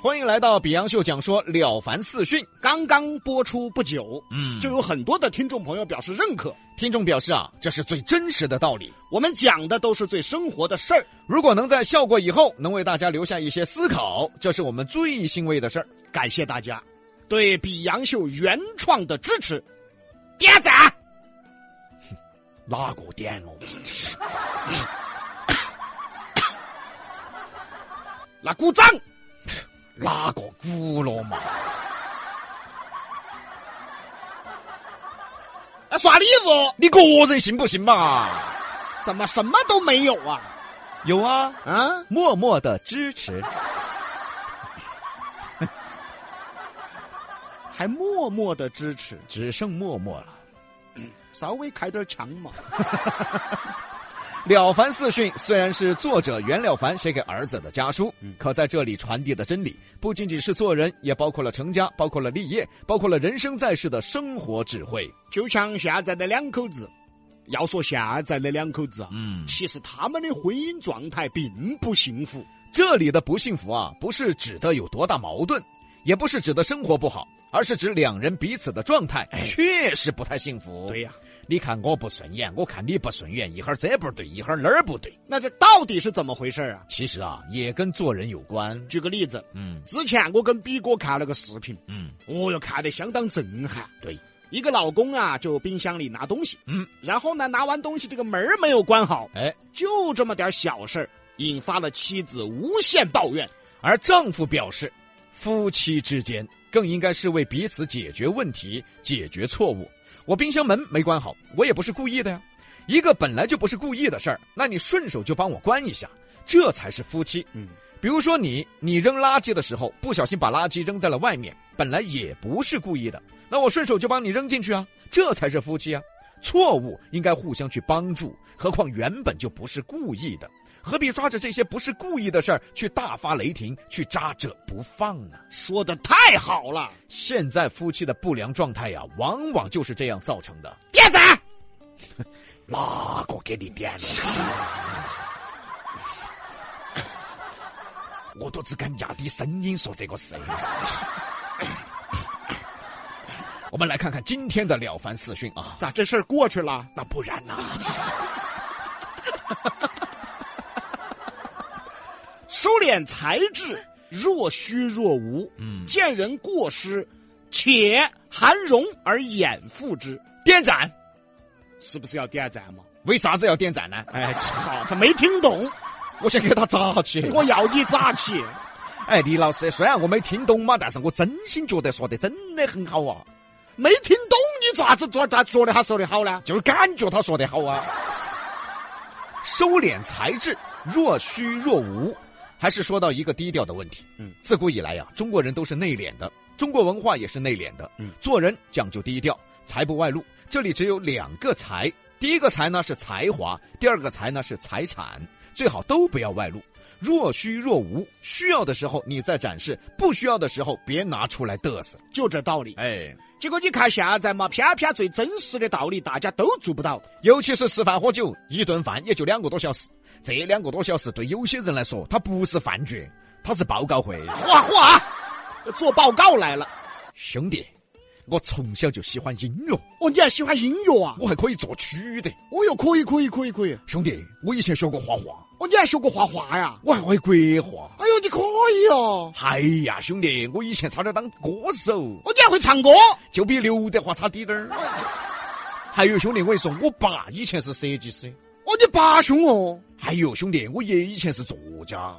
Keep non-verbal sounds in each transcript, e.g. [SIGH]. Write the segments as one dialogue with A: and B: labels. A: 欢迎来到《比洋秀》讲说《了凡四训》。
B: 刚刚播出不久，
A: 嗯
B: 就
A: 就
B: 有很多的听众朋友表示认可，
A: 听众表示啊，这是最真实的道理。
B: 我们讲的都是最生活的事儿。
A: 如果能在效果以后能为大家留下一些思考，这是我们最欣慰的事儿。
B: 感谢大家对比洋秀原创的支持，点赞。
A: 哪个点了？
B: [COUGHS] 那鼓掌，
A: 哪个鼓了嘛？
B: 那刷礼物，
A: 你个人信不信嘛？
B: 怎么什么都没有啊？
A: 有啊，
B: 啊，
A: 默默的支持。
B: 还默默的支持，
A: 只剩默默了。
B: 稍微开点枪嘛。
A: 《了凡四训》虽然是作者袁了凡写给儿子的家书，可在这里传递的真理，不仅仅是做人，也包括了成家，包括了立业，包括了人生在世的生活智慧。
B: 就像现在的两口子，要说现在的两口子啊，
A: 嗯，
B: 其实他们的婚姻状态并不幸福，
A: 这里的不幸福啊，不是指的有多大矛盾，也不是指的生活不好，而是指两人彼此的状态确实不太幸福。
B: 对，呀、
A: 你看我不顺眼，我看你不顺眼，一会儿这不对，一会儿那儿不对。
B: 那这到底是怎么回事啊？
A: 其实啊，也跟做人有关。
B: 举个例子，
A: 嗯
B: 之前我跟比哥看了个视频，
A: 嗯，
B: 哦哟，看得相当震撼。
A: 对，
B: 一个老公啊，就冰箱里拿东西，
A: 嗯，
B: 然后呢，拿完东西这个门儿没有关好，
A: 哎。
B: 就这么点小事儿，引发了妻子无限抱怨。
A: 而丈夫表示，夫妻之间更应该是为彼此解决问题、解决错误。我冰箱门没关好，我也不是故意的呀。一个本来就不是故意的事儿，那你顺手就帮我关一下，这才是夫妻。
B: 嗯，
A: 比如说你，你扔垃圾的时候不小心把垃圾扔在了外面，本来也不是故意的，那我顺手就帮你扔进去啊，这才是夫妻啊。错误应该互相去帮助，何况原本就不是故意的，何必抓着这些不是故意的事儿去大发雷霆，去抓着不放呢？
B: 说的太好了，
A: 现在夫妻的不良状态呀、往往就是这样造成的。
B: 点 [LAUGHS] 赞。
A: 哪个给你点了？我都只敢压低声音说这个事。 [LAUGHS] 我们来看看今天的《了凡四训》啊，
B: 咋这事儿过去了？
A: 那不然呢、
B: [LAUGHS] 收敛才智，若虚若无。
A: 嗯
B: 见人过失，且含容而掩覆之，
A: 点赞？
B: 是不是要点赞嘛？
A: 为啥子要点赞呢？
B: 哎，好， [LAUGHS] 他没听懂，
A: 我想给他扎起。
B: 我要你咋去？
A: 哎，李老师，虽然我没听懂嘛，但是我真心觉得说的真的很好啊，
B: 没听懂你咋子咋咋觉得他说的好呢？
A: 就是感觉他说的好啊。收敛才智，若虚若无，还是说到一个低调的问题。
B: 嗯，
A: 自古以来呀、中国人都是内敛的，中国文化也是内敛的。
B: 嗯，
A: 做人讲究低调，才不外露。这里只有两个才，第一个才呢是才华，第二个才呢是财产，最好都不要外露。若虚若无，需要的时候你再展示，不需要的时候别拿出来嘚瑟。
B: 就这道理。
A: 哎，
B: 结果你看现在嘛，偏偏最真实的道理大家都做不到。
A: 尤其是吃饭喝酒，一顿饭也就两个多小时。这两个多小时对有些人来说，它不是饭局，它是报告会。
B: 哗哗，做报告来了。
A: 兄弟，我从小就喜欢音乐，
B: 哦，你还喜欢音乐啊？
A: 我还可以作曲的。
B: 哦哟，可以可以可以可以。
A: 兄弟，我以前学过画画，
B: 哦，你还学过画画呀？
A: 我还会国画。
B: 哎呦，你可以哦。
A: 哎呀，兄弟，我以前差点当歌手，
B: 哦，你还会唱歌？
A: 就比刘德华差滴点儿。还有兄弟，我跟你说，我爸以前是设计师，
B: 哦，你八兄哦。
A: 还有兄弟，我爷以前是作家。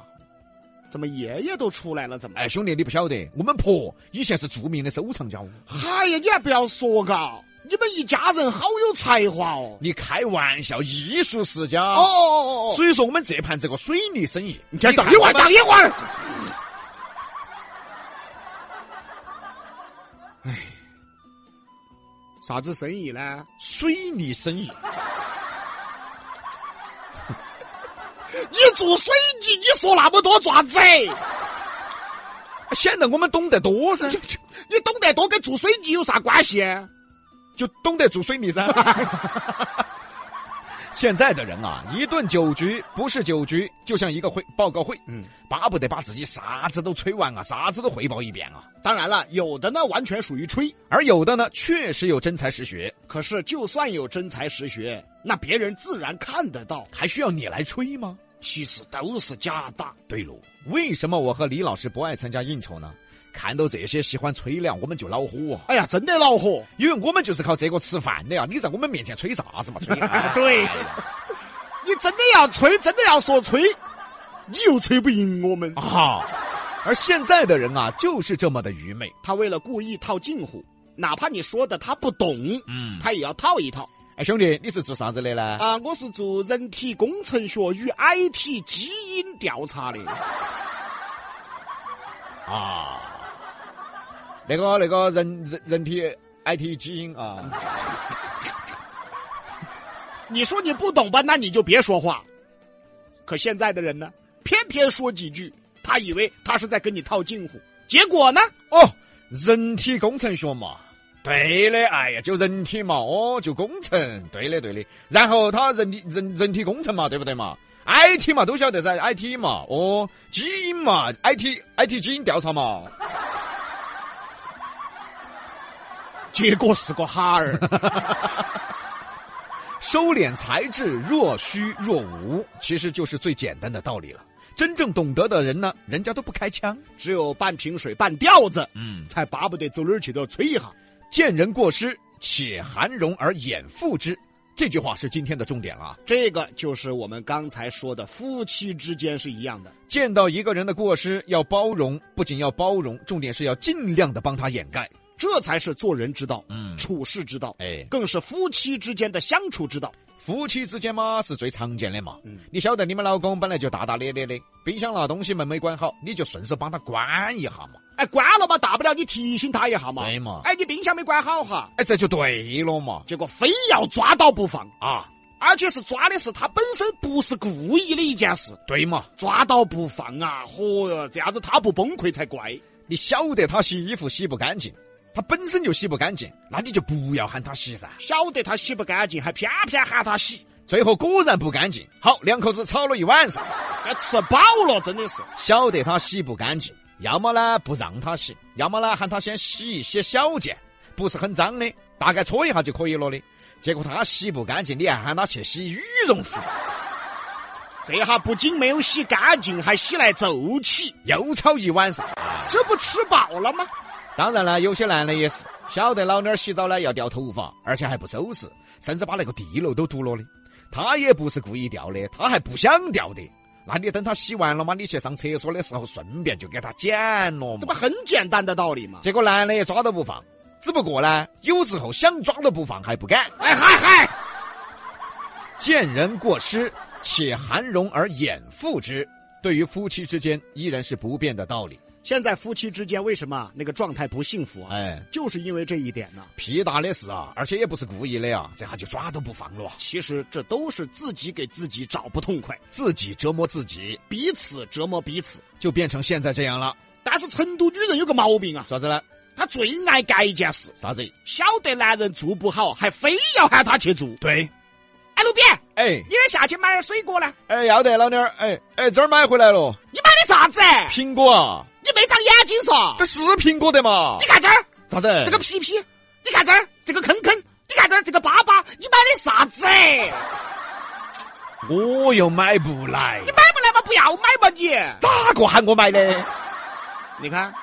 B: 怎么爷爷都出来了？怎么？
A: 哎，兄弟，你不晓得，我们婆以前是著名的收藏家哦。
B: 哎呀，你还不要说嘎，你们一家人好有才华哦。
A: 你开玩笑，艺术世家。
B: 哦哦哦哦，
A: 所以说我们这盘这个水泥生意，
B: 你等一会儿，
A: 看我们
B: 等一会儿。哎，啥子生意呢？
A: 水泥生意，
B: 你做水泥，你说那么多爪子？
A: [LAUGHS] 显得我们懂得多噻，
B: 你懂得多跟做水泥有啥关系？
A: [LAUGHS] 就懂得做水泥噻。现在的人啊，一顿酒局不是酒局，就像一个会报告会，
B: 嗯，
A: 巴不得把自己啥子都吹完啊，啥子都汇报一遍啊。
B: 当然了，有的呢完全属于吹，
A: 而有的呢，确实有真才实学，
B: 可是就算有真才实学，那别人自然看得到，
A: 还需要你来吹吗？
B: 其实都是假的。
A: 对喽，为什么我和李老师不爱参加应酬呢？看到这些喜欢吹的啊，我们就恼火啊，
B: 哎呀，真的恼火！！
A: 因为我们就是靠这个吃饭的呀、你在我们面前吹啥子嘛？吹、 [LAUGHS] 啊
B: 对，你真的要吹，真的要说吹，你又吹不赢我们。
A: 啊！而现在的人啊，就是这么的愚昧。
B: 他为了故意套近乎，哪怕你说的他不懂，
A: 嗯，
B: 他也要套一套。
A: 哎，兄弟，你是做啥子的呢？
B: 啊、我是做人体工程学与 IT 基因调查的。
A: 啊，那个那个人人人体 IT 基因啊，
B: 你说你不懂吧，那你就别说话。可现在的人呢，偏偏说几句，他以为他是在跟你套近乎，结果呢，
A: 哦，人体工程学嘛。对的，哎呀，就人体嘛，哦，就工程，对的，对的。然后他人体人人体工程嘛，对不对嘛？IT 嘛，都晓得噻，IT 嘛，哦，基因嘛，IT IT 基因调查嘛，
B: 结果是个哈儿。
A: 收敛才智，若虚若无，其实就是最简单的道理了。真正懂得的人呢，人家都不开腔。
B: [LAUGHS] 只有半瓶水半吊子，
A: 嗯，
B: 才巴不得走哪儿去都要吹一下。
A: 见人过失，且含容而掩覆之。这句话是今天的重点了啊。
B: 这个就是我们刚才说的，夫妻之间是一样的。
A: 见到一个人的过失，要包容，不仅要包容，重点是要尽量的帮他掩盖。
B: 这才是做人之道，
A: 嗯，
B: 处世之道，
A: 哎，
B: 更是夫妻之间的相处之道。
A: 夫妻之间嘛是最常见的嘛。
B: 嗯
A: 你晓得你们老公本来就大大咧咧的，冰箱那东西门没关好，你就顺手帮他关一下嘛。
B: 哎，关了嘛，大不了你提醒他一下嘛。
A: 对嘛
B: 哎，你冰箱没关好哈，
A: 哎，这就对了嘛。
B: 结果非要抓到不放，
A: 啊，
B: 而且是抓的是他本身不是故意的一件事，
A: 对嘛。
B: 抓到不放啊！嚯哟，这样子他不崩溃才怪。
A: 你晓得他洗衣服洗不干净，他本身就洗不干净，那你就不要喊他洗噻。
B: 晓得他洗不干净，还偏偏喊他洗，
A: 最后果然不干净，好，两口子吵了一晚上。
B: 哎，吃饱了，真的是。
A: 晓得他洗不干净，要么呢不让他洗，要么呢喊他先洗一些小件，不是很脏的，大概搓一下就可以了的。结果他洗不干净，你还喊他去洗羽绒服，
B: 这下不仅没有洗干净，还洗来皱起，
A: 又吵一晚上。
B: 这不吃饱了吗？
A: 当然了，有些男的也是晓得老妞儿洗澡呢要掉头发，而且还不收拾，甚至把那个地漏都堵了的。他也不是故意掉的，他还不想掉的。那你等他洗完了嘛，你去上厕所的时候顺便就给他剪了
B: 这
A: 嘛
B: 不。很简单的道理吗？
A: 结果男的也抓都不放，只不过呢，有时候想抓都不放，还不敢。
B: 哎嗨嗨，
A: 见人过失，且含容而掩覆之，对于夫妻之间依然是不变的道理。
B: 现在夫妻之间为什么那个状态不幸福啊？
A: 哎，
B: 就是因为这一点呢。
A: 屁大的事啊，而且也不是故意的啊，这下就抓都不放了啊，
B: 其实这都是自己给自己找不痛快，
A: 自己折磨自己，
B: 彼此折磨彼此。
A: 就变成现在这样了。
B: 但是成都女人有个毛病啊，
A: 啥子呢？
B: 她最爱干一件事，
A: 啥子？
B: 晓得男人做不好，还非要喊他去做。
A: 对，
B: 哎，路边，
A: 哎
B: 你们下去买点水果呢？
A: 哎，要得，老妞儿，哎哎，这儿买回来了，
B: 你买的啥子？
A: 苹果啊，
B: 你没长眼睛嗦？
A: 这是苹果的嘛
B: 你？看这儿。
A: 啥子？
B: 这个皮皮，你看这儿这个坑坑，你看这儿这个粑粑，你买的啥子？你
A: 我又买不来，
B: 买不来嘛，不要买嘛你。
A: 哪个喊我买的？
B: 你看，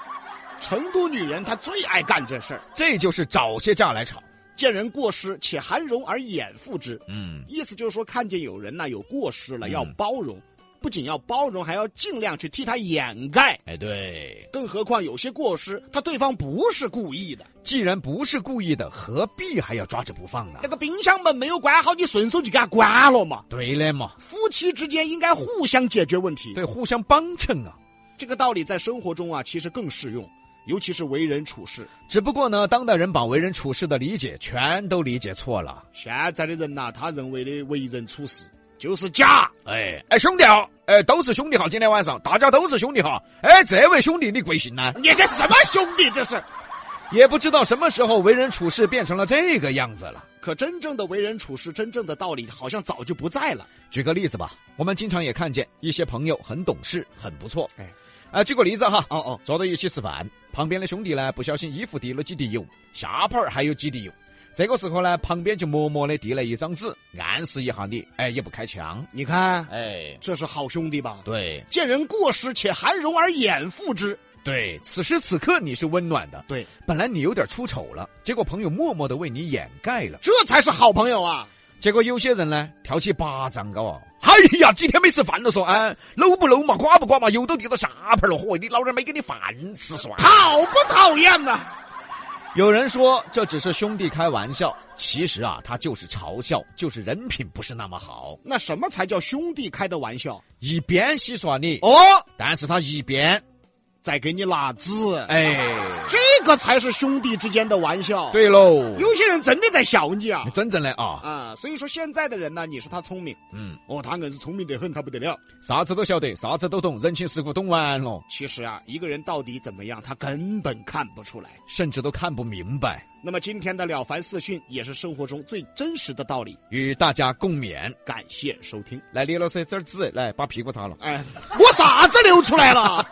B: 成都女人她最爱干这事儿，
A: 这就是找些架来吵。
B: 见人过失且含容而掩覆之，
A: 嗯，
B: 意思就是说看见有人呐有过失了
A: 嗯
B: 要包容，不仅要包容，还要尽量去替他掩盖。
A: 哎，对，
B: 更何况有些过失，他对方不是故意的。
A: 既然不是故意的，何必还要抓着不放呢
B: 那？个冰箱门没有关好，你顺手就给他关了嘛。
A: 对的嘛，
B: 夫妻之间应该互相解决问题。
A: 对，互相帮衬啊。
B: 这个道理在生活中啊，其实更适用，尤其是为人处事。
A: 只不过呢，当代人把为人处事的理解全都理解错了。
B: 现在的人呐、他认为的为人处事就是假。
A: 哎哎，兄弟哈，哎，都是兄弟哈，今天晚上大家都是兄弟哈。哎，这位兄弟你贵姓呢？
B: 你这什么兄弟？这是
A: 也不知道什么时候为人处事变成了这个样子了。
B: 可真正的为人处事，真正的道理好像早就不在了。
A: 举个例子吧，我们经常也看见一些朋友很懂事，很不错。
B: 哎
A: 哎，啊，举个例子哈，
B: 哦哦，
A: 坐到一起吃饭，旁边的兄弟呢不小心衣服滴了几滴油，下盘儿还有几滴油。这个时候呢，旁边就默默的递了一张纸，暗示一下你，哎，也不开腔。
B: 你看，
A: 哎，
B: 这是好兄弟吧？
A: 对
B: 见人过失且含容而掩覆之，
A: 对，此时此刻你是温暖的。
B: 对，
A: 本来你有点出丑了，结果朋友默默的为你掩盖了。
B: 这才是好朋友啊！
A: 结果有些人呢，挑起巴掌高啊！哎呀，几天没吃饭了，说啊，搂不搂嘛，瓜不瓜嘛，油都滴到下盘了，嚯，你老人没给你饭吃算？
B: 讨不讨厌呐、啊？
A: 有人说这只是兄弟开玩笑，其实啊，他就是嘲笑，就是人品不是那么好，
B: 那什么才叫兄弟开的玩笑？
A: 一边戏耍你，
B: 哦，
A: 但是他一边
B: 再给你辣子，
A: 哎，
B: 这个才是兄弟之间的玩笑。，
A: 对喽，
B: 有些人真的在笑你啊
A: 真正的啊，
B: 啊！所以说现在的人呢，你说他聪明，
A: 嗯，
B: 哦，他硬是聪明得很，他不得了。
A: 啥子都晓得，啥子都懂，人情世故懂完了，
B: 其实啊，一个人到底怎么样，他根本看不出来。
A: 甚至都看不明白，
B: 那么今天的了凡四训也是生活中最真实的道理，
A: 与大家共勉。
B: 感谢收听。
A: 来，李老师这儿纸，来把屁股擦了。
B: 哎，我啥子流出来了？